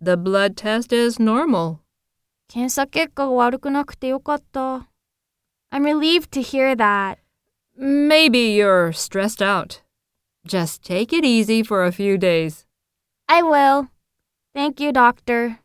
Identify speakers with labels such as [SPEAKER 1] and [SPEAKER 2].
[SPEAKER 1] The blood test is normal.
[SPEAKER 2] 検査結果が悪くなくてよかった。I'm relieved to hear that.
[SPEAKER 1] Maybe you're stressed out. Just take it easy for a few days.
[SPEAKER 2] I will. Thank you, doctor.